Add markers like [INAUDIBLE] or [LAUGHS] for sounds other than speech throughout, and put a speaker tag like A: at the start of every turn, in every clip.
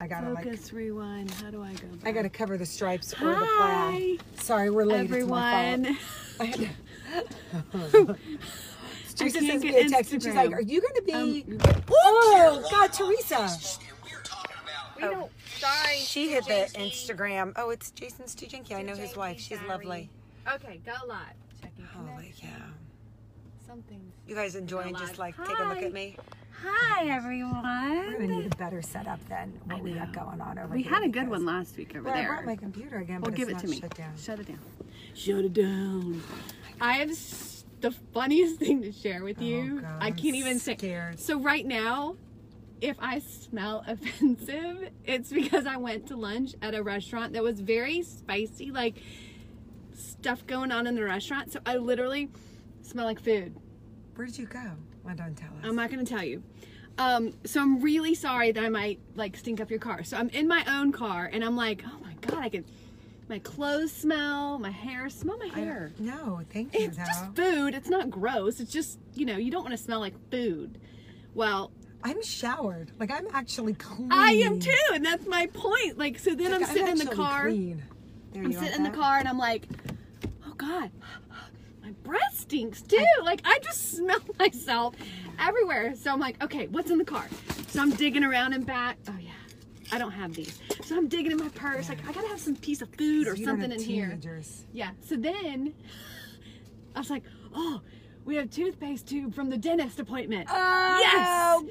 A: I gotta like,
B: Focus, rewind. How do I go back?
A: I gotta cover the stripes or the
B: Hi,
A: plaid. Sorry, we're late. It's my
B: everyone.
A: fault. I had
B: [LAUGHS]
A: to-
B: I
A: Teresa
B: can't
A: sends
B: get
A: me a text and she's like,
B: Instagram.
A: "Are you gonna be?"
B: Oh,
A: Oh, God, Teresa.
C: We don't. Sorry.
A: She hit the
C: JT.
A: Instagram. Oh, it's Jason Stujenki. I know his
C: JT,
A: wife. She's
C: sorry.
A: lovely.
B: Okay, go live. Checking
A: Holy cow.
B: Something.
A: You guys enjoying
B: Go
A: just like
B: live.
A: take a look
B: Hi.
A: at me?
B: Hi,
A: We're gonna
B: everyone.
A: need a better setup than what we got going on over
B: We
A: here
B: had a good
A: because-
B: one last week over
A: Well, I
B: there.
A: brought my computer again,
B: well,
A: but
B: give
A: it's
B: it to
A: not
B: me.
A: shut down.
B: Shut it down. Shut it down. I have s- the funniest [LAUGHS] thing to share with you.
A: God,
B: I
A: I'm
B: can't even say.
A: scared.
B: So right now, if I smell [LAUGHS] offensive, it's because I went to lunch at a restaurant that was very spicy, like stuff going on in the restaurant. So I literally smell like food.
A: Where did you go? Why don't tell us?
B: I'm not gonna tell you. Um, so I'm really sorry that I might like stink up your car. So I'm in my own car and I'm like, oh my god, I can my clothes smell, my hair smell my
A: I don't- [LAUGHS]
B: hair.
A: No, thank you
B: It's
A: though.
B: just food. It's not gross. It's just, you know, you don't want to smell like food. Well,
A: I'm showered. Like I'm actually clean.
B: I am too, and that's my point. Like, so then
A: Like,
B: I'm sitting in the
A: actually
B: car.
A: Clean. There
B: I'm
A: you are,
B: sitting in the
A: Pat.
B: car and I'm like, oh God, my breath stinks too. like I just smell [LAUGHS] myself everywhere. So I'm like, okay, what's in the car? So I'm digging around and back. Oh yeah. I don't have these. So I'm digging in my purse. Like I gotta have some piece of food or
A: You don't
B: something in
A: have
B: here.
A: teenagers.
B: Yeah. So then [SIGHS] I was like, oh, we have toothpaste tube from the dentist appointment.
A: Oh,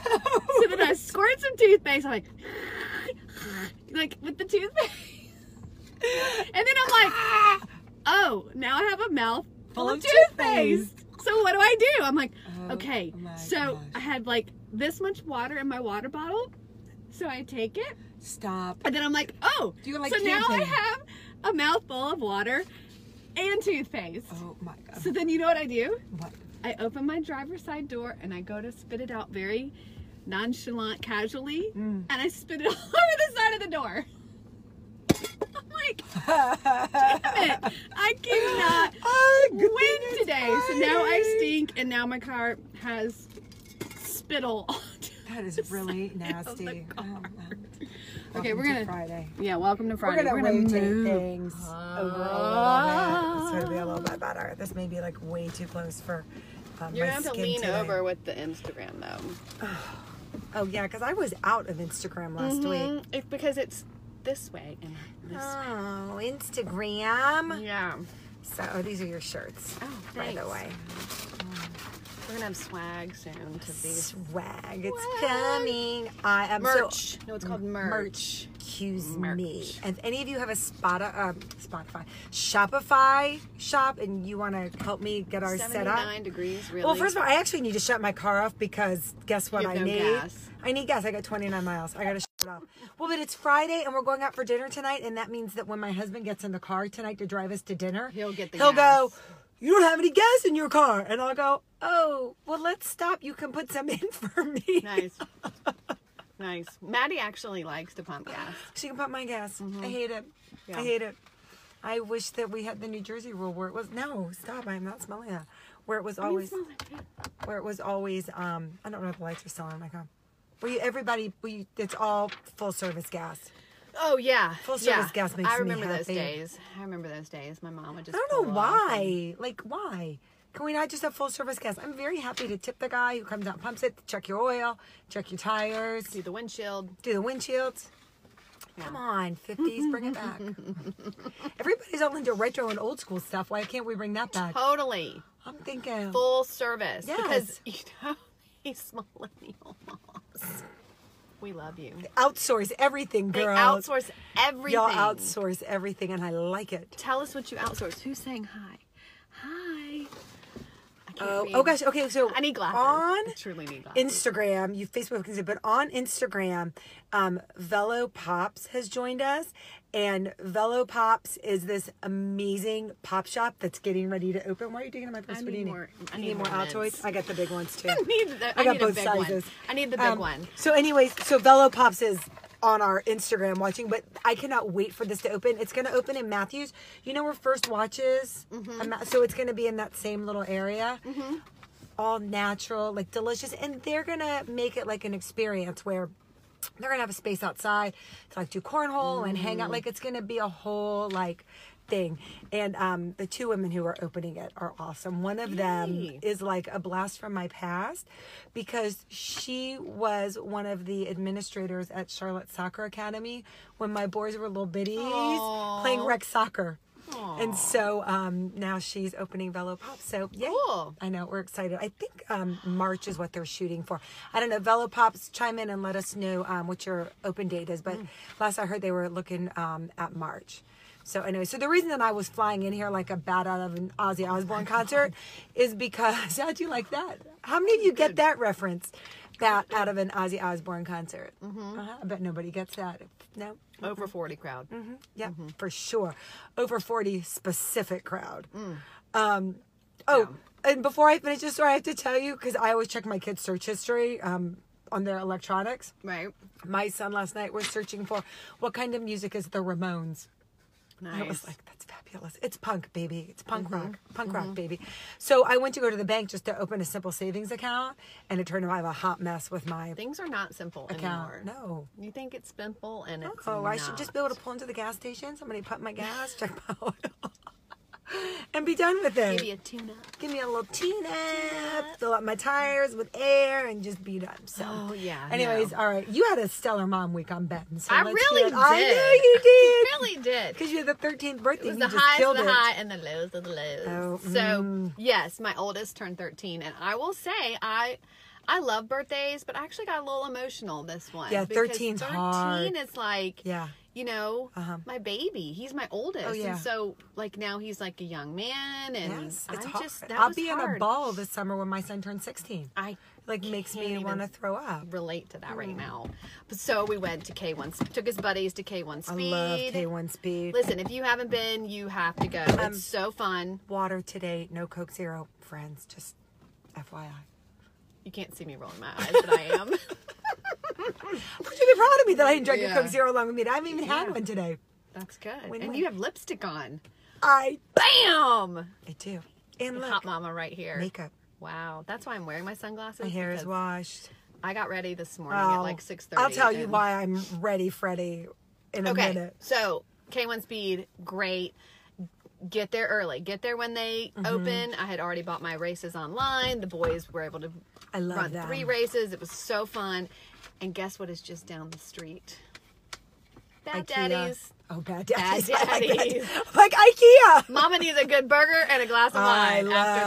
B: [LAUGHS] So [LAUGHS]
A: gross.
B: then I squirt some toothpaste. I'm like, [GASPS] like with the toothpaste. [LAUGHS] And then I'm like, oh, now I have a mouth full,
A: Full
B: of
A: of
B: toothpaste. So what do I do? I'm like,
A: Oh
B: okay.
A: my
B: So
A: gosh.
B: I had like this much water in my water bottle. So I take it.
A: Stop.
B: And then I'm like, oh.
A: Do you like
B: so now I
A: camping?
B: have a mouthful of water and toothpaste.
A: Oh my god.
B: So then you know what I do?
A: What?
B: I open my driver's side door and I go to spit it out very nonchalant, casually,
A: Mm.
B: and I spit it [LAUGHS] all over the side of the door. I'm like, damn it, I cannot
A: [LAUGHS] Oh, good thing
B: win
A: it's
B: today. So now I
A: Friday.
B: stink, and now my car has spittle. [LAUGHS] all down
A: That
B: the
A: is really
B: side of the
A: nasty.
B: car.
A: Oh, well.
B: Okay,
A: Welcome
B: we're
A: to
B: gonna-
A: Friday.
B: Yeah, welcome to
A: We're
B: Friday.
A: gonna, rotate
B: move.
A: things over a little bit. It's gonna be a little bit better. This may be like way too close for um,
B: You're
A: my
B: gonna have to
A: skin
B: lean
A: today.
B: over with the Instagram though.
A: Oh yeah, because I was out of Instagram last
B: Mm-hmm.
A: week.
B: It's Mm, because it's this way and not this way.
A: Oh, Instagram.
B: Yeah.
A: So oh, these are your shirts,
B: Oh,
A: by the
B: thanks.
A: way.
B: We're gonna have swag soon to be
A: Swag, it's
B: Swag.
A: coming. I am
B: merch.
A: So,
B: no, it's called merch.
A: Excuse me.
B: Merch.
A: If any of you have a Spotify, um, Spotify, Shopify shop, and you want to help me get ours set up,
B: Seventy-nine degrees, really.
A: Well, first of all, I actually need to shut my car off because guess what
B: You have
A: I
B: no
A: need?
B: gas.
A: I need gas. I got 29 miles. I got to shut it off. Well, but it's Friday and we're going out for dinner tonight, and that means that when my husband gets in the car tonight to drive us to dinner,
B: He'll get the
A: He'll go,
B: gas.
A: "You don't have any gas in your car," and I'll go, "Oh, well, let's stop. You can put some [LAUGHS] in for me."
B: nice, nice. Maddie actually likes to pump gas.
A: She can pump my gas. I hate it.
B: Mm-hmm. Yeah.
A: I hate it. I wish that we had the New Jersey rule where it was no stop. I'm not smelling that. Where it was always. where it was always um I don't know if the lights are still on. Like, um, where you everybody we it's all full service gas.
B: Oh yeah,
A: Full
B: yeah.
A: service gas makes
B: I
A: me
B: remember those
A: happy.
B: days. I remember those days. My mom would just.
A: I don't know
B: pull up and-
A: why. Like why? Can we not just have full service gas? I'm very happy to tip the guy who comes out and pumps it, check your oil, check your tires,
B: Do the windshield.
A: do the windshields. Come on, 50s, bring it
B: [LAUGHS]
A: back. Everybody's all into retro and old school stuff. Why can't we bring that back?
B: Totally
A: I'm thinking.
B: full service.
A: Yes.
B: Because [LAUGHS] you know these millennial moms. We love you.
A: Outsource everything,
B: They
A: girl.
B: outsource everything.
A: Y'all outsource everything, and I like it.
B: Tell us what you outsource. Who's saying hi? Hi. I can't
A: Oh,
B: read.
A: oh gosh. Okay, so
B: I need glasses. I
A: on
B: truly need glasses.
A: Instagram, you Facebook can see, but on Instagram, um, Velo Pops has joined us, and Velo Pops is this amazing pop shop that's getting ready to open. Why are you digging in my purse?
B: I
A: What do
B: need
A: you
B: more- I
A: You
B: need
A: need more
B: more
A: Altoids.
B: mints.
A: I got the big ones too.
B: [LAUGHS] [LAUGHS] I need the, I
A: I got
B: need
A: both
B: a big
A: sizes.
B: One. I need the big
A: Um,
B: one.
A: So, anyways, so Velo Pops is on our Instagram watching, but I cannot wait for this to open. It's going to open in Matthews. You know where First Watch is?
B: Mm-hmm.
A: Um, So it's going to be in that same little area. All natural, like delicious, and they're going to make it like an experience where they're gonna have a space outside to like do cornhole and hang out. Like it's gonna be a whole like thing. And um, the two women who are opening it are awesome. One of them
B: Yay.
A: is like a blast from my past because she was one of the administrators at Charlotte Soccer Academy when my boys were little bitties playing rec soccer. And so um, now she's opening Velo Pop. So yeah,
B: Cool.
A: I know we're excited. I think um, March is what they're shooting for. I don't know. Velo Pops, chime in and let us know um, what your open date is. But last I heard, they were looking um, at March. So anyway, so the reason that I was flying in here like a bat out of an Ozzy Osbourne concert is because [LAUGHS] how'd you like that? How many of you get that reference? Bat out of an Ozzy Osbourne concert. Uh-huh. I bet nobody gets that. No.
B: Over 40 crowd.
A: Yeah, Mm-hmm. for sure. Over 40 specific crowd.
B: Mm.
A: Um, oh, and before I finish this story, I have to tell you because I always check my kids' search history um, on their electronics.
B: Right.
A: My son last night was searching for what kind of music is the Ramones.
B: Nice. Mm-hmm.
A: I was like, that's fabulous. It's punk, baby. It's punk rock. Punk rock, baby. So I went to go to the bank just to open a simple savings account, and it turned out I have a hot mess with my
B: Things are not simple anymore.
A: account. No.
B: You think it's simple and it's
A: Oh, I should just be
B: not.
A: able to pull into the gas station. Somebody pump my gas, check my [LAUGHS] oil, and be done with it.
B: give you a tuna.
A: Give me a little tune up, fill up my tires with air, and just be done. So,
B: Oh, yeah,
A: Anyways,
B: no.
A: all right. You had a stellar mom week, I'm betting. So
B: I
A: let's
B: really
A: hear it.
B: did.
A: I know
B: [LAUGHS]
A: you did.
B: really did.
A: Because you had the 13th birthday.
B: It was
A: you
B: the
A: just
B: highs of
A: killed
B: the
A: it.
B: high and the lows of the lows.
A: Oh,
B: so yes, my oldest turned 13, and I will say I. I love birthdays, but I actually got a little emotional this one.
A: Yeah,
B: because
A: 13 's
B: 13
A: hard.
B: is like,
A: Yeah.
B: you know,
A: Uh-huh.
B: my baby. He's my oldest.
A: Oh, yeah.
B: And so, like, now he's like a young man. And
A: Yes,
B: I
A: it's hard.
B: just, that
A: I'll
B: was
A: be in
B: hard.
A: a ball this summer when my son turns 16.
B: I
A: Like, makes
B: can't
A: me
B: even
A: want to throw up.
B: relate to that
A: Mm.
B: right now. But so we went to K1, took his buddies to K1
A: I
B: Speed.
A: love K1 speed.
B: Listen, if you haven't been, you have to go.
A: Um,
B: it's so fun.
A: water today, no Coke Zero, friends. Just FYI.
B: You can't see me rolling my eyes, but I am.
A: Would you be proud of me that I didn't drink
B: Yeah.
A: a Coke Zero along with me? I haven't even had
B: Yeah.
A: one today.
B: [LAUGHS] That's good.
A: Win-win.
B: and you have lipstick on.
A: I
B: Bam!
A: I do. And look,
B: Hot mama right here.
A: makeup.
B: Wow, that's why I'm wearing my sunglasses.
A: My hair is
B: because
A: washed.
B: I got ready this morning at
A: Oh,
B: like 6:30.
A: I'll tell you
B: and-
A: why I'm ready, Freddie, in a
B: Okay,
A: minute.
B: so K1 Speed, great. Get there early. Get there when they
A: Mm-hmm.
B: open. I had already bought my races online. The boys were able to
A: I love
B: run
A: them.
B: three races. It was so fun. And guess what is just down the street?
A: IKEA.
B: Bad Daddy's.
A: Oh, bad daddies. [LAUGHS]
B: Bad
A: I like that.
B: daddies.
A: Like IKEA.
B: Mama needs a good burger and a glass of
A: I
B: wine
A: love
B: after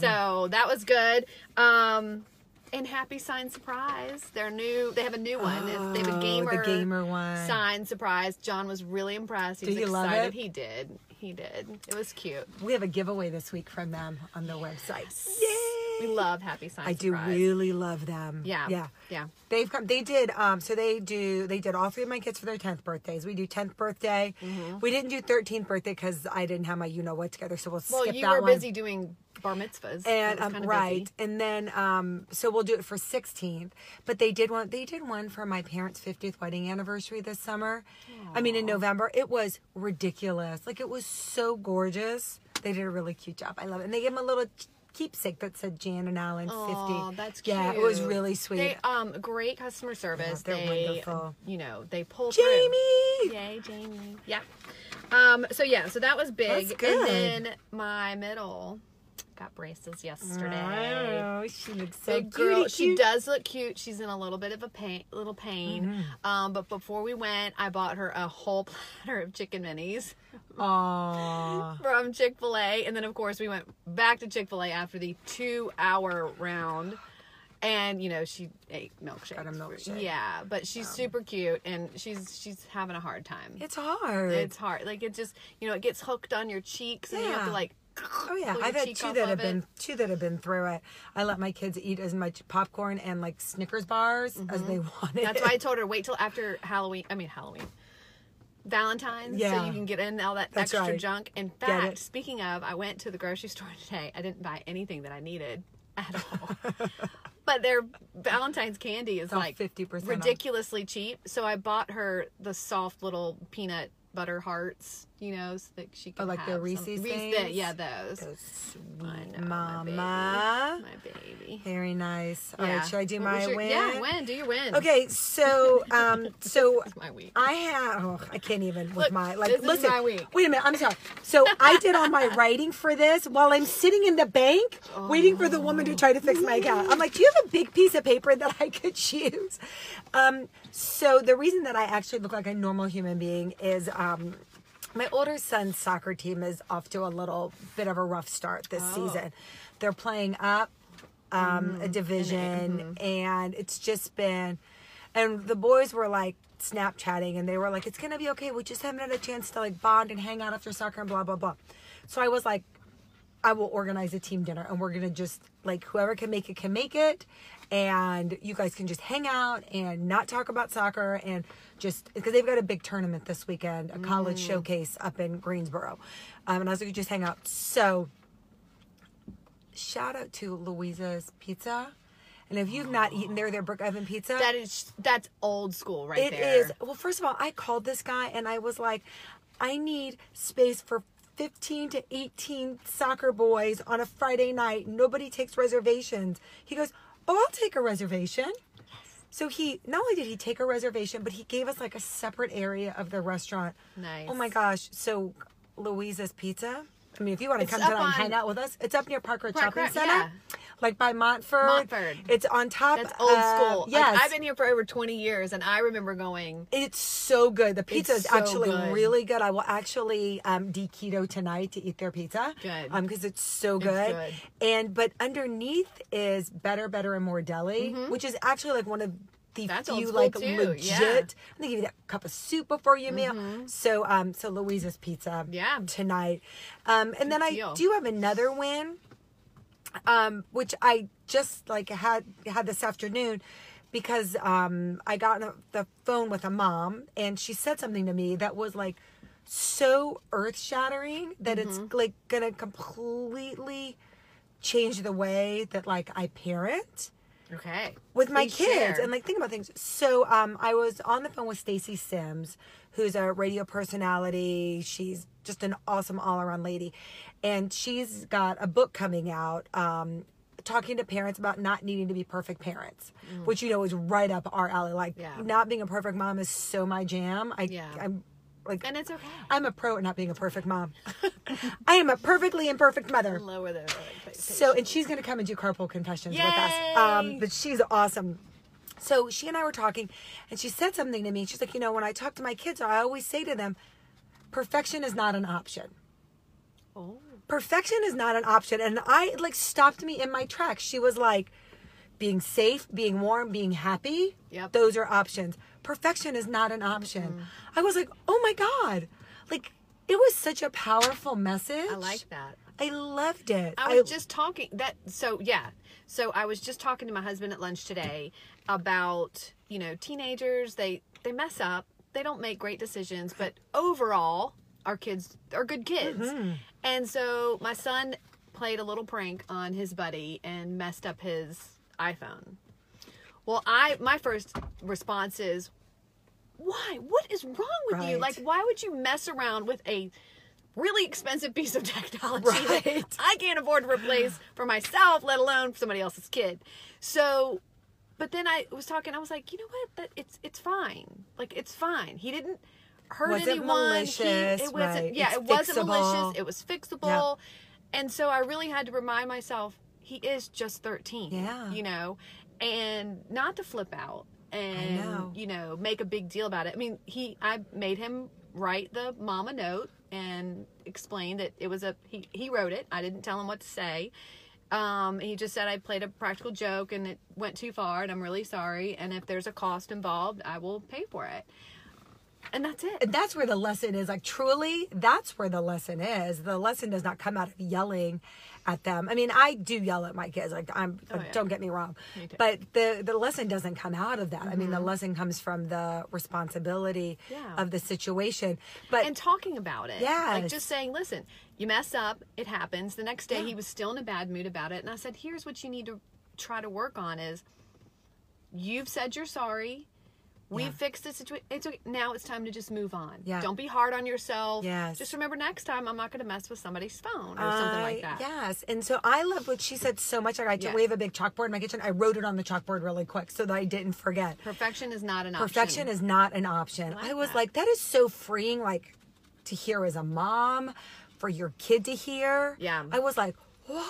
A: them.
B: So that was good. Um, and Happy Sign Surprise. Their new they have a new one. It's- they have
A: Oh,
B: a
A: the
B: gamer,
A: gamer one.
B: sign surprise. John was really impressed. He
A: Did
B: was
A: you love
B: excited.
A: it?
B: He did. He did. It was cute.
A: We have a giveaway this week from them on their website. Yay!
B: We love Happy Sign
A: I do
B: Surprise.
A: really love them.
B: Yeah.
A: Yeah.
B: Yeah.
A: They've come. They did. Um. So they do. They did all three of my kids for their tenth birthdays. We do tenth birthday.
B: Mm-hmm.
A: We didn't do thirteenth birthday because I didn't have my you know what together. So we'll,
B: Well,
A: skip
B: you
A: that
B: were
A: one.
B: busy doing bar mitzvahs.
A: And
B: It was
A: um,
B: kinda
A: right,
B: busy.
A: and then um, so we'll do it for sixteenth. But they did one. They did one for my parents' fiftieth wedding anniversary this summer. I mean, in November, it was ridiculous. Like it was so gorgeous. They did a really cute job. I love it, and they gave them a little keepsake that said Jan and Alan
B: Oh,
A: fifty.
B: that's cute.
A: yeah, it was really sweet.
B: They um great customer service.
A: they're
B: they,
A: wonderful.
B: You know, they pull through.
A: Jamie.
B: Yay, Jamie. Yeah. Um, so yeah, so that was big.
A: That's good.
B: And then my middle got braces yesterday.
A: Oh, she looks so
B: Big girl.
A: cutie
B: She
A: cute.
B: does look cute. She's in a little bit of a pain, little pain.
A: Mm-hmm.
B: Um, but before we went, I bought her a whole [LAUGHS] platter of chicken minis
A: Aw.
B: from Chick Fil A, and then of course we went back to Chick Fil A after the two-hour round, and you know she ate milkshakes.
A: Got a milkshake. Um.
B: Yeah, but she's super cute, and she's she's having a hard time.
A: It's hard.
B: It's hard. Like it just, you know, it gets hooked on your cheeks and you have
A: Yeah.
B: to like.
A: Oh yeah,
B: pull your
A: I've had
B: cheek
A: two
B: off
A: that
B: of
A: have
B: it.
A: been two that have been through it. I let my kids eat as much popcorn and like Snickers bars as they wanted.
B: Mm-hmm.
A: [LAUGHS]
B: That's why I told her wait till after Halloween. I mean Halloween. Valentine's, so
A: Yeah.
B: you can get in all that
A: That's
B: extra
A: right.
B: junk. In
A: Get
B: fact,
A: it.
B: speaking of, I went to the grocery store today. I didn't buy anything that I needed at
A: [LAUGHS]
B: all. but their Valentine's candy is
A: all
B: like
A: 50% off.
B: ridiculously cheap. So I bought her the soft little peanut butter hearts, you know, so that she can
A: Oh, like
B: have
A: the
B: some-
A: Reese's
B: Reese- the-
A: things?
B: yeah, those.
A: Those
B: I
A: sweet
B: know, Oh, my baby.
A: mama.
B: My baby.
A: Very nice. All right,
B: Yeah.
A: should I do
B: What was
A: my
B: your-
A: win?
B: Yeah, win. Do your win.
A: Okay,
B: [LAUGHS]
A: so um, so
B: It's my week.
A: I had. Oh, I can't even with
B: Look,
A: my like.
B: this is
A: listen,
B: my week.
A: wait a minute. I'm sorry. So I did all my writing for this while I'm sitting in the bank
B: Oh.
A: waiting for the woman to try to fix my account. I'm like, do you have a big piece of paper that I could choose? Um, so the reason that I actually look like a normal human being is um, my older son's soccer team is off to a little bit of a rough start this season. They're playing up um, a division, and it's just been. And the boys were like Snapchatting, and they were like, "It's gonna be okay. We just haven't had a chance to like bond and hang out after soccer and blah blah blah." So I was like, "I will organize a team dinner, and we're gonna just like whoever can make it can make it, and you guys can just hang out and not talk about soccer and just because they've got a big tournament this weekend, a college showcase up in Greensboro, um, and I was like, just hang out." So shout out to Louisa's Pizza. And if you've not eaten there, their brick oven pizza.
B: That is that's old school right
A: uh, It is
B: there.
A: Well, first of all, I called this guy and I was like, I need space for 15 to 18 soccer boys on a Friday night. Nobody takes reservations. He goes, Oh, I'll take a reservation. So he not only did he take a reservation, but he gave us like a separate area of the restaurant.
B: Nice.
A: Oh my gosh. So Louisa's Pizza. I mean, if you want to
B: It's
A: come
B: up
A: down and
B: on-
A: hang out with us, it's up near Parker
B: Park
A: Shopping
B: Road,
A: Center,
B: yeah.
A: like by Montford.
B: Montford.
A: It's on top.
B: That's old
A: of-
B: school. Like,
A: uh, Yes,
B: I've been here for over 20 years and I remember going.
A: It's so good. The pizza
B: It's
A: is
B: so
A: actually
B: good.
A: really good. I will actually um, de keto tonight to eat their pizza.
B: Good.
A: Um, because it's so good.
B: good.
A: And but underneath is better, better, and more deli, which is actually like one of the
B: Mm-hmm. That's old
A: few
B: school,
A: like
B: too. Yeah.
A: legit. And they give you that cup of soup before your meal. So um, so Louisa's pizza.
B: Mm-hmm. Yeah.
A: Tonight, um, and then
B: deal.
A: I do have another win um, which I just like had had this afternoon because um, I got on the phone with a mom and she said something to me that was like so earth shattering that it's like gonna completely change the way that like I parent
B: Okay.
A: with my
B: Please
A: kids
B: share.
A: and like think about things. So um, I was on the phone with Stacy Sims, who's a radio personality. She's just an awesome all around lady, and she's got a book coming out. Um, talking to parents about not needing to be perfect parents which you know is right up our alley like
B: Mm. Yeah.
A: not being a perfect mom is so my jam i
B: Yeah.
A: i'm like
B: and it's okay.
A: i'm a pro at not being a perfect mom
B: [LAUGHS]
A: i am a perfectly imperfect mother
B: Lower the
A: so, and she's going to come and do carpool confessions with us.
B: Yay!
A: Um, but she's awesome. So she and I were talking, and she said something to me. She's like, you know, when I talk to my kids, I always say to them, perfection is not an option.
B: Oh.
A: Perfection is not an option. And I it, like stopped me in my tracks. She was like, being safe, being warm, being happy.
B: Yep.
A: Those are options. Perfection is not an option.
B: Mm-hmm.
A: I was like, oh my God. Like, it was such a powerful message.
B: I like that.
A: I loved it.
B: I was just talking that so yeah. So I was just talking to my husband at lunch today about, you know, teenagers, they they mess up. They don't make great decisions, but overall our kids are good kids.
A: Mm-hmm.
B: And so my son played a little prank on his buddy and messed up his iPhone. Well, I my first response is why? What is wrong with you?
A: Right.
B: Like why would you mess around with a really expensive piece of [LAUGHS] technology
A: [LAUGHS] Right.
B: that [LAUGHS] I can't afford to replace for myself, let alone for somebody else's kid. So, but then I was talking. I was like, you know what? That it's it's fine. Like it's fine. He didn't hurt
A: Wasn't
B: anyone. he,
A: malicious,
B: it wasn't.
A: right.
B: Yeah,
A: It's
B: it wasn't malicious.
A: fixable.
B: It was fixable. And so I really had to remind myself he is just thirteen.
A: Yeah.
B: you know, and not to flip out and
A: know.
B: you know make a big deal about it. I mean, he I made him write the mom a note and explain that it was a he he wrote it. I didn't tell him what to say. Um, he just said I played a practical joke and it went too far and I'm really sorry. And if there's a cost involved, I will pay for it. And that's it.
A: And that's where the lesson is like truly that's where the lesson is the lesson does not come out of yelling at them i mean i do yell at my kids like i'm like,
B: Oh, yeah.
A: don't get me wrong
B: too. Mm-hmm.
A: but the the lesson doesn't come out of that i mean the lesson comes from the responsibility
B: Yeah.
A: of the situation but
B: and talking about it. Like
A: Yes.
B: just saying, listen, you mess up, it happens. The next day he was still in a bad mood about it. And I said, here's what you need to try to work on is you've said you're sorry. We
A: Yeah.
B: fixed the situation. It's okay. Now it's time to just move on.
A: Yeah.
B: Don't be hard on yourself.
A: Yes.
B: Just remember next time I'm not going to mess with somebody's phone or something like
A: I-
B: that.
A: Yes. And so I love what she said so much. Like I
B: Yeah.
A: we have a big chalkboard in my kitchen. I wrote it on the chalkboard really quick so that I didn't forget.
B: Perfection is not an
A: Perfection
B: option.
A: is not an option. I,
B: like
A: was
B: that.
A: like, that is so freeing, like to hear as a mom, for your kid to hear.
B: Yeah.
A: I was like,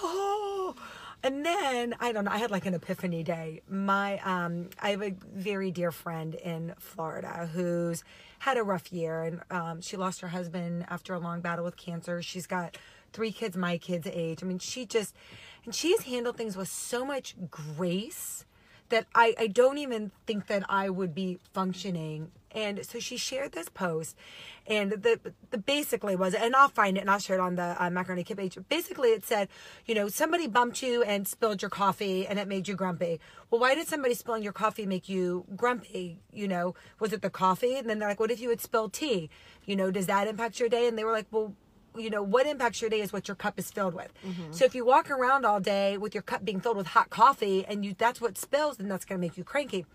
A: whoa. And then I don't know. I had like an epiphany day. My um, I have a very dear friend in Florida who's had a rough year, and um, she lost her husband after a long battle with cancer. She's got three kids my kids' age. I mean, she just and she's handled things with so much grace that I, I don't even think that I would be functioning. And so she shared this post, and the the basically was, and I'll find it and I'll share it on the uh, macaroni kit page. Basically, it said, you know, somebody bumped you and spilled your coffee, and it made you grumpy. Well, why did somebody spilling your coffee make you grumpy? You know, was it the coffee? And then they're like, what if you had spilled tea? You know, does that impact your day? And they were like, well, you know what impacts your day is what your cup is filled with so if you walk around all day with your cup being filled with hot coffee and you that's what spills then that's going to make you cranky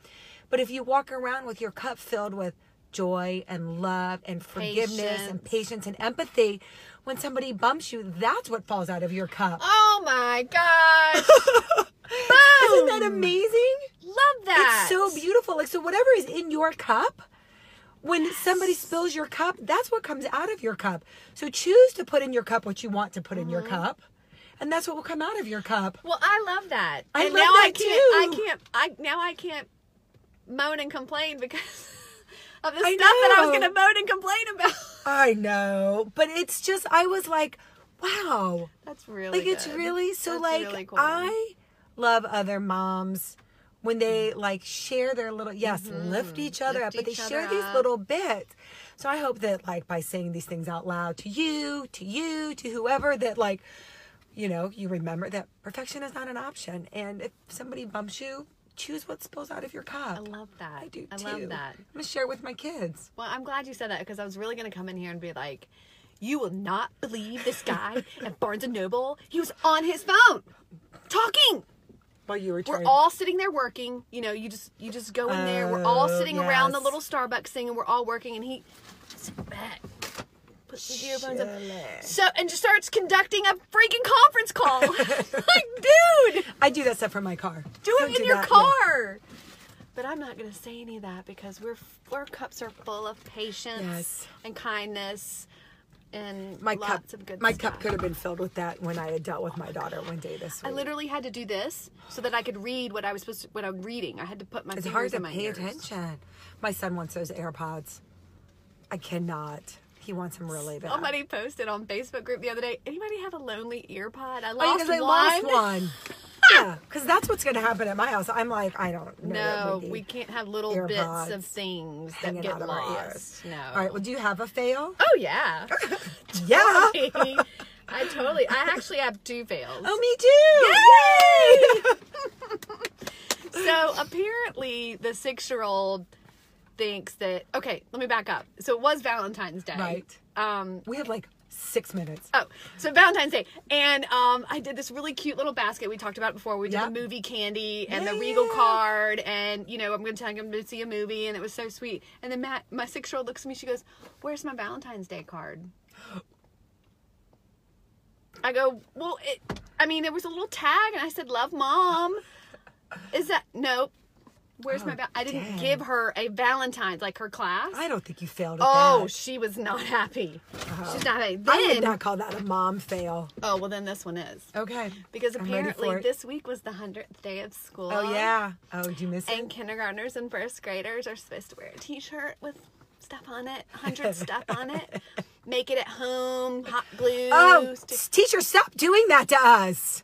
A: but if you walk around with your cup filled with joy and love and forgiveness and patience and empathy when somebody bumps you that's what falls out of your cup
B: oh
A: [LAUGHS]
B: my gosh.
A: isn't that amazing
B: Love that.
A: it's so beautiful like so whatever is in your cup when somebody spills your cup, that's what comes out of your cup. So choose to put in your cup what you want to put in your cup, and that's what will come out of your cup.
B: Well, I love that.
A: I
B: and
A: love
B: now I
A: that
B: can't,
A: too.
B: I can't. I now I can't moan and complain because [LAUGHS] of the
A: I
B: stuff that I was
A: know.
B: going to moan and complain about.
A: I know, but it's just I was like, wow,
B: [LAUGHS] That's really
A: like it's
B: good.
A: really so
B: That's
A: like
B: really cool.
A: I love other moms when they like share their little yes lift each other up,
B: Mm-hmm. Lift
A: but they
B: each
A: share
B: other
A: these
B: up.
A: little bits. So I hope that like by saying these things out loud to you, to you, to whoever that like you know you remember that perfection is not an option, and if somebody bumps you, choose what spills out of your cup.
B: I love that.
A: I do.
B: I
A: too.
B: love that.
A: I'm gonna share it with my kids.
B: Well, I'm glad you said that because I was really going to come in here and be like, you will not believe this guy at Barnes and Noble. He was on his phone talking.
A: While you were
B: We're
A: trying.
B: all sitting there working. You know, you just you just go in there. We're all
A: Oh,
B: sitting around the
A: yes.
B: little Starbucks thing, and we're all working. And he sit back, puts his earphones up,
A: Chilling.
B: so and just starts conducting a freaking conference call. [LAUGHS] like, dude,
A: I do that stuff from my car.
B: do
A: Don't
B: it in your
A: that, yeah.
B: car. But I'm not gonna say any of that because we're our cups are full of patience
A: Yes.
B: and kindness and
A: My
B: lots
A: cup,
B: of good.
A: my
B: stuff.
A: cup could have been filled with that when I had dealt with my daughter one day this
B: I
A: week.
B: literally had to do this so that I could read what I was supposed to, what I'm reading. I had to put my
A: it's
B: fingers
A: hard to
B: in my
A: pay
B: ears.
A: attention. My son wants those AirPods. I cannot. He wants them really bad.
B: Somebody posted on Facebook group the other day. Anybody have a lonely ear pod? I
A: Oh,
B: lost,
A: because I
B: one.
A: lost
B: [LAUGHS]
A: one. yeah, because that's what's going to happen at my house. I'm like, I don't know.
B: No,
A: that would
B: we
A: be
B: can't have little
A: ear
B: bits
A: pods
B: of things that
A: hanging
B: get
A: out of our ears.
B: lost. No.
A: All right. Well, do you have a
B: [LAUGHS]
A: fail?
B: Oh yeah.
A: yeah.
B: I totally. I actually have two fails.
A: Oh, me too.
B: [LAUGHS]
A: Yay!
B: So apparently, the six-year-old thinks that. Okay, let me back up. So it was Valentine's Day.
A: Right.
B: Um,
A: we have like six minutes.
B: Oh, so Valentine's Day, and um, I did this really cute little basket. We talked about it before. We did
A: Yep.
B: the movie candy and
A: Yeah,
B: the Regal
A: yeah.
B: card, and you know I'm going to take him to see a movie, and it was so sweet. And then Matt, my six year old, looks at me. She goes, "Where's my Valentine's Day card?" I go, "Well, it, I mean, there was a little tag, and I said, love, mom.' Is that nope? Where's my?
A: Oh,
B: Val- I didn't
A: dang.
B: give her a Valentine's like her class.
A: I don't think you failed at
B: Oh,
A: that. Uh-huh.
B: she was not happy. She's not happy.
A: I would
B: Then
A: not call that a mom fail.
B: Oh well, then this one is
A: Okay.
B: because
A: Oh, I'm ready for
B: apparently
A: it.
B: this week was the hundredth day of school.
A: Oh yeah. Oh, did you miss it?
B: and kindergartners and first graders are supposed to wear a T-shirt with stuff on it,
A: [LAUGHS]
B: hundred stuff on it. Make it at home, hot glue.
A: Oh,
B: stick-
A: s- teacher, stop doing that to us.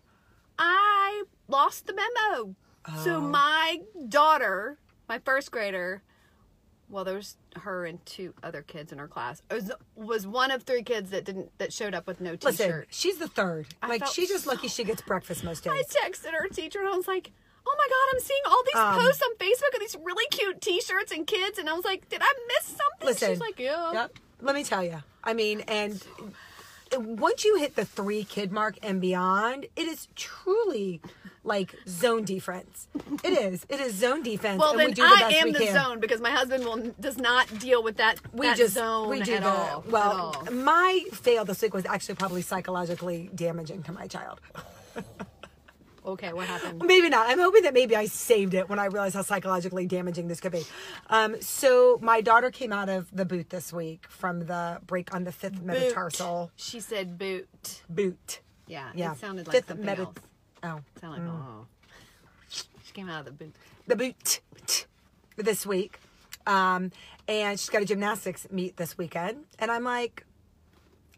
B: I lost the memo.
A: Oh.
B: So my daughter, my first grader, well, there was her and two other kids in her class. Was, was one of three kids that didn't that showed up with no T-shirt.
A: Listen, she's the third.
B: I
A: like
B: felt
A: she's just
B: so
A: lucky she gets breakfast most days.
B: I texted her teacher and I was like, "Oh my god, I'm seeing all these
A: Um,
B: posts on Facebook of these really cute T-shirts and kids." And I was like, "Did I miss something?"
A: Listen.
B: She's like, "Yeah."
A: Yep. Let me tell you. I mean, and once you hit the three kid mark and beyond, it is truly like zone defense. It is. It is zone defense.
B: Well,
A: and
B: then
A: we do the
B: I
A: best
B: am
A: we
B: the
A: can.
B: zone because my husband will does not deal with that.
A: we
B: that
A: just
B: zone
A: we do
B: at
A: the-
B: all. at
A: Well, um,
B: all.
A: my fail this week was actually probably psychologically damaging to my child.
B: okay, what happened?
A: Maybe not. I'm hoping that maybe I saved it when I realized how psychologically damaging this could be. Um, so my daughter came out of the boot this week from the break on the fifth metatarsal
B: She said boot.
A: boot.
B: Yeah,
A: Yeah,
B: it sounded like something
A: meta-
B: else.
A: Oh,
B: Sounded like oh, she came out of the boot.
A: the boot this week, um, and she's got a gymnastics meet this weekend, and I'm like,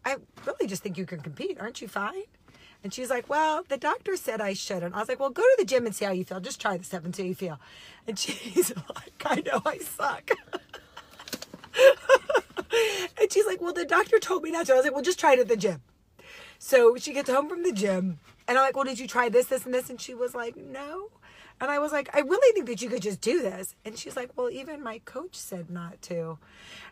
A: I really just think you can compete. Aren't you fine? And she's like, Well, the doctor said I shouldn't. I was like, Well, go to the gym and see how you feel. Just try the step until you feel. And [LAUGHS] she's like, I know I suck. and she's like, Well, the doctor told me not to. I was like, Well, just try it at the gym. So she gets home from the gym, and I'm like, Well, did you try this, this, and this? And she was like, No. And I was like, I really think that you could just do this. And she's like, Well, even my coach said not to.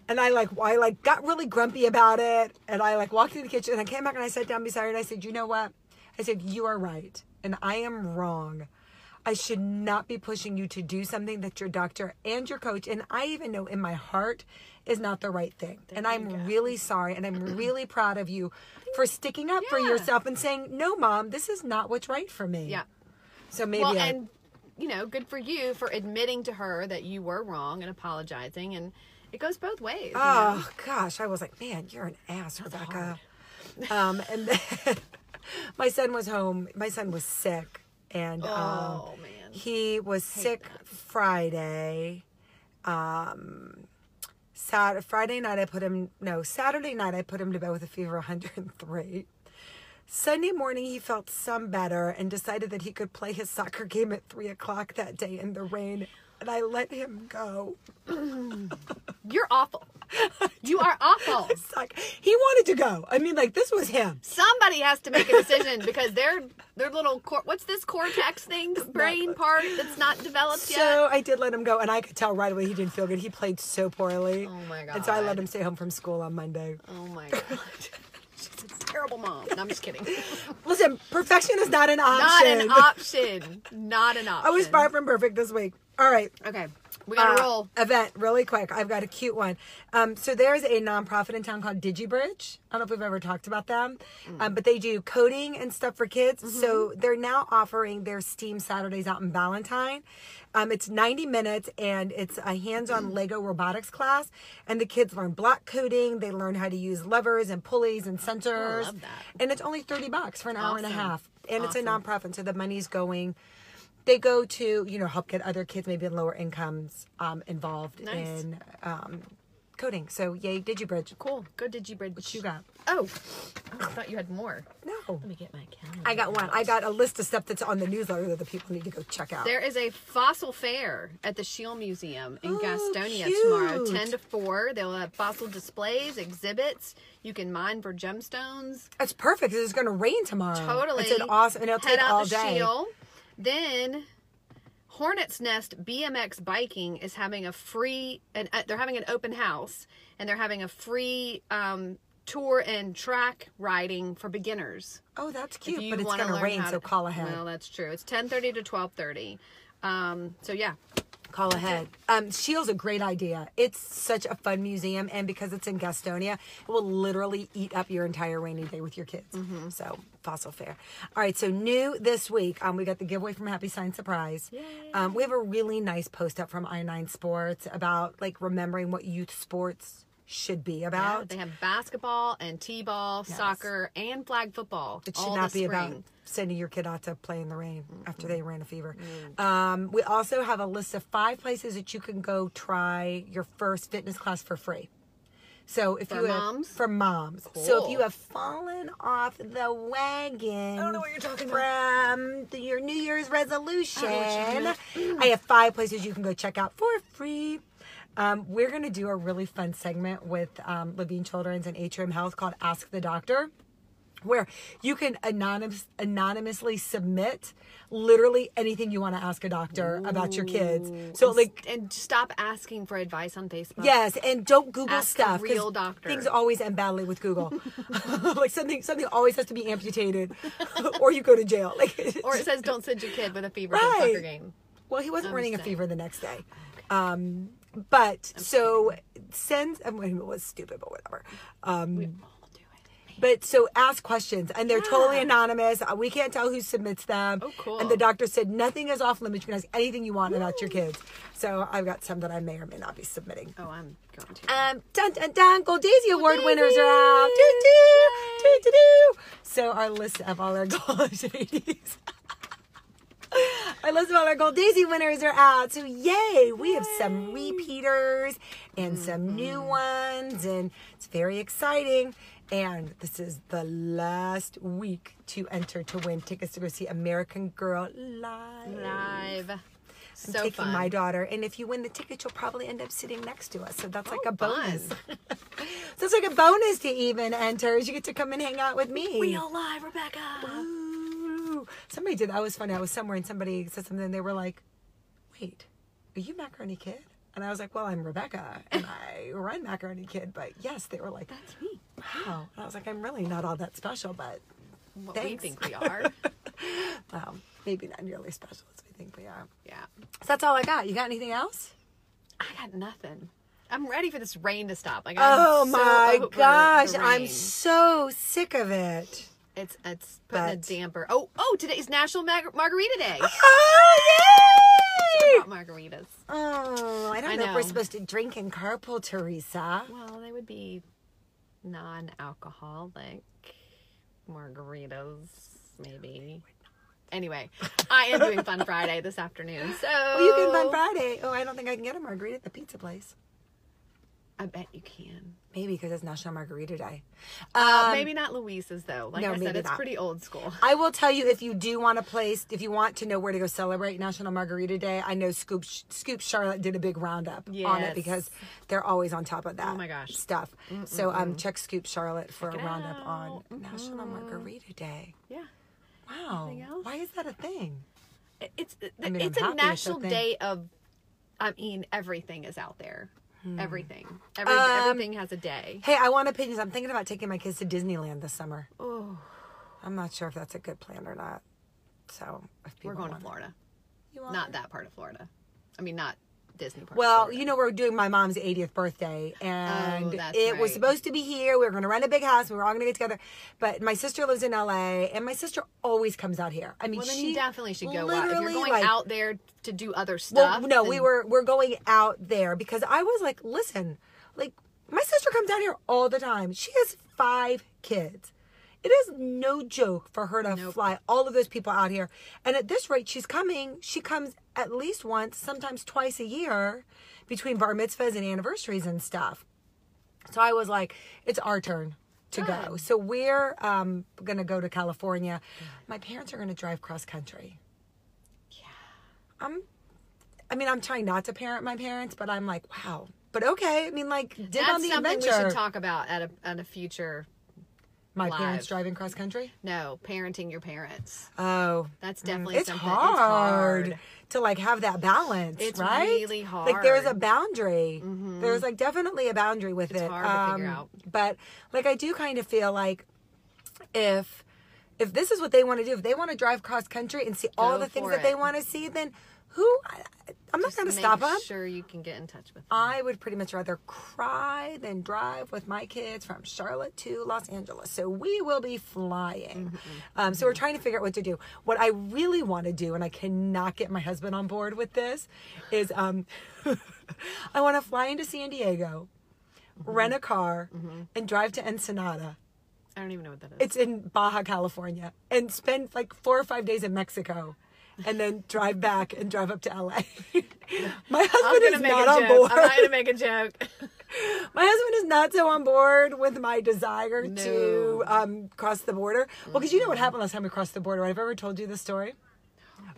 A: And I like, I like got really grumpy about it. And I like walked in the kitchen and I came back and I sat down beside her and I said, You know what? I said, You are right. And I am wrong. I should not be pushing you to do something that your doctor and your coach, and I even know in my heart, is not the right thing. and I'm really sorry, and
B: [CLEARS THROAT]
A: I'm really proud of you for sticking up for
B: Yeah.
A: yourself and saying, "No, mom, this is not what's right for me."
B: Yeah.
A: So maybe
B: Well,
A: I,
B: and you know, good for you for admitting to her that you were wrong and apologizing, and it goes both ways. you know?
A: Oh gosh, I was like, man, you're an ass, Rebecca. [LAUGHS] Um, and then [LAUGHS] my son was home. My son was sick, and
B: Oh,
A: um,
B: man.
A: he was sick Friday. Um, Sat Friday night, I put him. No, Saturday night, I put him to bed with a fever of 103. Sunday morning, he felt some better and decided that he could play his soccer game at three o'clock that day in the rain. And I let him go.
B: You're
A: [LAUGHS]
B: awful. You are awful.
A: Like he wanted to go. I mean, like this was him.
B: Somebody has to make a decision because their their little cor- what's this cortex thing, brain part that's not developed yet.
A: So I did let him go, and I could tell right away he didn't feel good. He played so poorly.
B: Oh, my
A: And so I let
B: God.
A: him stay home from school on Monday.
B: Oh my god, she's a terrible mom. No, I'm just kidding.
A: Listen, perfection is not an
B: Not
A: option.
B: an option. Not an option.
A: I was far from perfect this week. All right.
B: Okay, we gotta
A: Uh,
B: roll.
A: Event really quick. I've got a cute one. Um, so there's a nonprofit in town called DigiBridge. I don't know if we've ever talked about them,
B: Mm.
A: um, but they do coding and stuff for kids.
B: Mm-hmm.
A: So they're now offering their STEAM Saturdays out in Valentine. Um, it's 90 minutes and it's a
B: Mm.
A: hands-on Lego robotics class, and the kids learn block coding. They learn how to use levers and pulleys and sensors.
B: Oh, that.
A: And it's only 30 bucks for an hour and a
B: Awesome.
A: half, and it's a nonprofit, so the money's going they go to you know help get other kids maybe in lower incomes um, involved
B: Nice.
A: in um, coding. So yay, DigiBridge.
B: Cool. Go digi bridge.
A: What you got?
B: Oh. oh, I thought you had more.
A: No,
B: Let me get my calendar.
A: I got one. I got a list of stuff that's on the newsletter that the people need to go check out.
B: There is a fossil fair at the Shiel Museum in
A: Oh,
B: Gastonia tomorrow,
A: cute.
B: 10 to 4. They'll have fossil displays, exhibits. You can mine for gemstones.
A: It's perfect. 'cause It's going to rain tomorrow.
B: Totally.
A: It's an awesome. And it'll
B: Head
A: take
B: out
A: all
B: to
A: day.
B: Shiel. Then Hornet's Nest BMX Biking is having a free, and uh, they're having an open house, and they're having a free um, tour and track riding for beginners.
A: Oh, that's
B: If
A: cute.
B: you
A: But it's
B: wanna
A: going to
B: learn
A: rain,
B: how
A: so
B: to-
A: call ahead.
B: Well, that's true. It's ten thirty to twelve thirty. Um, so yeah,
A: Call ahead. Um, Shield's a great idea. It's such a fun museum, and because it's in Gastonia, it will literally eat up your entire rainy day with your kids.
B: Mm-hmm.
A: So fossil fair. All right. So new this week, um, we got the giveaway from Happy Sign Surprise. Um, we have a really nice post up from I Nine Sports about like remembering what youth sports should be
B: Yeah,
A: about.
B: they have basketball and t-ball, soccer, and flag football.
A: It
B: all
A: should not
B: this
A: be about
B: spring.
A: sending your kid out to play in the rain after they ran a fever.
B: Mm.
A: Um, we also have a list of five places that you can go try your first fitness class for free. So if
B: For
A: you have-
B: moms?
A: for moms, so if you
B: Cool.
A: have fallen off the wagon, I
B: don't know what you're talking
A: from the- your New Year's resolution,
B: talking
A: I,
B: about.
A: have five places you can go check out for free. Um, we're gonna do a really fun segment with um, Levine Children's and Atrium Health called Ask the Doctor where you can anonymous, anonymously submit literally anything you want to ask a doctor about your kids. So like
B: and stop asking for advice on Facebook.
A: Yes, and don't Google
B: Ask a
A: stuff. 'cause
B: real doctor.
A: Things always end badly with Google. [LAUGHS] like something, something always has to be amputated, [LAUGHS] or you go to jail. [LAUGHS] Like,
B: Or it says don't send your kid with a fever to a
A: Right.
B: soccer game.
A: well, he wasn't running a
B: Understand.
A: fever the next day. Um, but so send. I mean, it was stupid, but whatever. Um,
B: We all do it.
A: but so ask questions, and they're totally anonymous. Uh, We can't tell who submits them.
B: Oh, cool.
A: And the doctor said nothing is off limits. You can ask anything you want about your kids. So I've got some that I may or may not be submitting.
B: Oh, I'm going to.
A: Um, dun dun dun! Gold Daisy Award winners are out.
B: Daisy!
A: Doo, doo, doo, doo, doo. So our list of all our [LAUGHS] gold Daisies. Our list of all our Gold Daisy winners are out. So yay! Mm-hmm. We have some repeaters and some new ones, and it's very exciting. And this is the last week to enter to win tickets to go see American Girl live.
B: Live.
A: I'm
B: So
A: taking
B: fun.
A: my daughter, and if you win the ticket, you'll probably end up sitting next to us. So that's like
B: Oh,
A: a bonus.
B: fun.
A: [LAUGHS] so it's like a bonus to even enter. Is you get to come and hang out with me.
B: Real live, Rebecca.
A: Ooh. Somebody did that was funny. I was somewhere and somebody said something. And they were like, "Wait, are you Macaroni Kid?" And I was like, "Well, I'm Rebecca,
B: [LAUGHS]
A: and I run Macaroni Kid." But yes, they were like,
B: That's me.
A: "Wow," and I was like, "I'm really not all that special, but
B: What
A: Thanks.
B: we think we
A: [LAUGHS]
B: are.
A: um, maybe not nearly special as we think we are."
B: yeah.
A: So that's all I got. You got anything else?
B: I got nothing. I'm ready for this rain to stop. Like, I'm
A: Oh
B: so
A: my
B: over the
A: gosh, I'm
B: rain.
A: so sick of it.
B: It's it's putting a
A: But-
B: damper. Oh oh, today's National Mar- Margarita Day.
A: Oh,
B: About margaritas.
A: Oh, I don't
B: I
A: know. if we're
B: know.
A: supposed to drink in carpool, Teresa.
B: Well, they would be non-alcoholic margaritas, maybe. Anyway, I am doing Fun Friday
A: [LAUGHS]
B: this afternoon, so
A: Oh, you can on Friday. Oh, I don't think I can get a margarita at the pizza place.
B: I bet you can.
A: Maybe because it's National Margarita Day. Um,
B: maybe not Louise's though. Like
A: no,
B: I said,
A: maybe
B: it's
A: not.
B: pretty
A: [LAUGHS]
B: old school.
A: I will tell you if you do want a place, if you want to know where to go celebrate National Margarita Day, I know Scoop Scoop Charlotte did a big roundup on
B: Yes. Oh
A: it because they're always on top of that.
B: my gosh.
A: stuff. So um, check Scoop Charlotte for a
B: it
A: roundup on
B: out. Mm-hmm.
A: National Margarita Day.
B: Yeah,
A: Wow,
B: Anything else?
A: why is that a thing?
B: It- it's it-
A: mean, I'm
B: it's a
A: happy it's a
B: national
A: thing.
B: day of. I mean, everything is out there.
A: Hmm.
B: Everything, Every,
A: Um,
B: everything has a day.
A: Hey, I want opinions. I'm thinking about taking my kids to Disneyland this summer.
B: Oh,
A: I'm not sure if that's a good plan or not. So if
B: we're
A: people
B: going to
A: want-
B: Florida.
A: You are?
B: Not that part of Florida. I mean, not Disney. Part
A: Well,
B: of Florida.
A: you know, we're doing my mom's 80th birthday, and it
B: Oh, that's right.
A: was supposed to be here. We were going to rent a big house. We were all going to get together. But my sister lives in LA, and my sister always comes out here. I mean,
B: Well, then
A: she
B: you definitely should go out. If you're
A: literally,
B: going
A: like-
B: out there to do other
A: Well,
B: stuff.
A: no, we
B: then-
A: were we're going out there because I was like, listen, like my sister comes down here all the time. She has five kids. It is no joke for her to fly all of those people out here. And at this rate, she's coming. She comes at least once, sometimes twice a year, between bar mitzvahs and anniversaries and stuff. So I was like, it's our turn to go. So we're um, going to go to California. My parents are going to drive cross country. Yeah. I'm, I mean, I'm trying not to parent my parents, but I'm like, wow. But okay. I mean, like, did
B: That's
A: on the
B: something
A: adventure.
B: we should talk about at a at a future.
A: my
B: live.
A: parents driving cross country?
B: No, parenting your parents.
A: Oh.
B: That's definitely
A: It's
B: something.
A: hard,
B: It's hard.
A: to like have that balance,
B: It's
A: right?
B: really
A: Like there's a
B: hard. Mm-hmm.
A: boundary. There's like definitely a boundary with it. um,
B: hard to figure out.
A: But like I do kind of feel like if if this is what they want to do, if they want to drive cross country and see all
B: Go
A: the things
B: for
A: that they
B: it.
A: want to see, then who? I, I'm not going to
B: Make
A: stop them.
B: Sure, you can get in touch with. Them.
A: I would pretty much rather cry than drive with my kids from Charlotte to Los Angeles. So we will be flying.
B: Mm-hmm.
A: Um, so we're trying to figure out what to do. What I really want to do, and I cannot get my husband on board with this, is um, [LAUGHS] I want to fly into San Diego,
B: Mm-hmm.
A: rent a car, and drive to Ensenada.
B: I don't even know what that is.
A: It's in Baja California, and spend like four or five days in Mexico. And then drive back and drive up to [LAUGHS] LA. My
B: I'm
A: husband
B: gonna
A: is
B: make
A: not
B: a
A: on
B: joke.
A: board.
B: I'm gonna make
A: [LAUGHS]
B: a joke.
A: My husband is not so on board with my desire to
B: No.
A: um, cross the border. Well, because you know what happened last time we crossed the border. right? I've ever told you this story.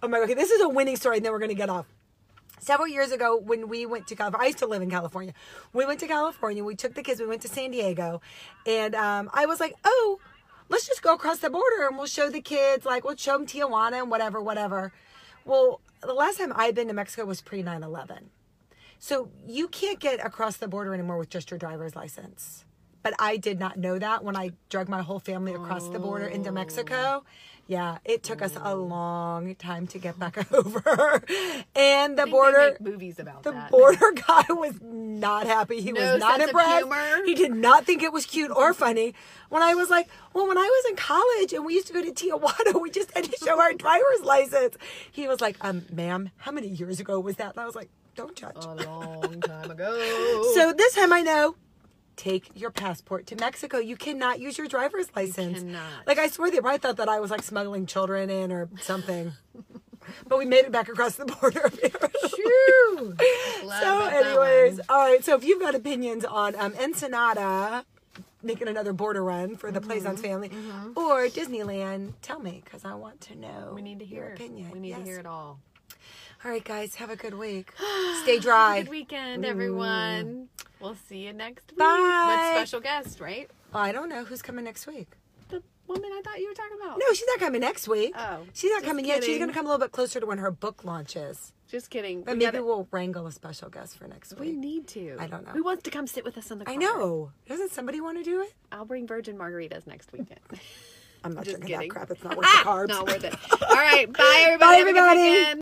A: Oh my god, okay, this is a winning story, and then we're gonna get off. Several years ago, when we went to California, I used to live in California. We went to California. We took the kids. We went to San Diego, and um, I was like, "Oh, let's just go across the border and we'll show the kids, like we'll show them Tijuana and whatever, whatever. Well, the last time I'd been to Mexico was pre 9 11. So you can't get across the border anymore with just your driver's license. But I did not know that when I dragged my whole family across the border into Mexico. Yeah, it took us a long time to get back [LAUGHS] over. and the border
B: movies about
A: the
B: that.
A: border guy was not happy. He
B: No
A: was not
B: sense of
A: impressed.
B: humor.
A: He did not think it was cute or funny. When I was like, well, when I was in college and we used to go to Tijuana, we just had to show our driver's license. He was like, um, ma'am, how many years ago was that? And I was like, don't judge.
B: a long time ago.
A: [LAUGHS] So this time I know. Take your passport to Mexico. You cannot use your driver's license.
B: cannot.
A: Like I swear they probably thought that I was like smuggling children in or something. [LAUGHS] but we made it back across the border.
B: Phew. Glad
A: [LAUGHS] so,
B: about that
A: anyways,
B: one.
A: all right. So if you've got opinions on um, Ensenada making another border run for the
B: Mm-hmm,
A: Plaisance family or Disneyland, tell me because I want to know.
B: we need to hear
A: your opinion.
B: We need to
A: Yes.
B: hear it all.
A: All right, guys. Have a good
B: [GASPS]
A: week. Stay dry.
B: Good weekend, everyone. We'll see you next week.
A: Bye.
B: With special guest, right?
A: I don't know who's coming next week.
B: The woman I thought you were talking about.
A: No, she's not coming next week.
B: Oh,
A: she's not
B: just
A: coming yet. She's
B: kidding.
A: going to come a little bit closer to when her book launches.
B: Just kidding.
A: But
B: we
A: maybe
B: gotta-
A: we'll wrangle a special guest for next
B: we
A: week.
B: need to.
A: I don't know.
B: Who wants to come sit with us on the car?
A: I know. Doesn't somebody want to do it?
B: I'll bring virgin margaritas next weekend.
A: I'm not
B: Just
A: drinking
B: kidding. [LAUGHS]
A: that crap. It's not worth the carbs.
B: Not worth it. All right. Bye, everybody.
A: Bye,
B: Have a good
A: everybody.
B: weekend.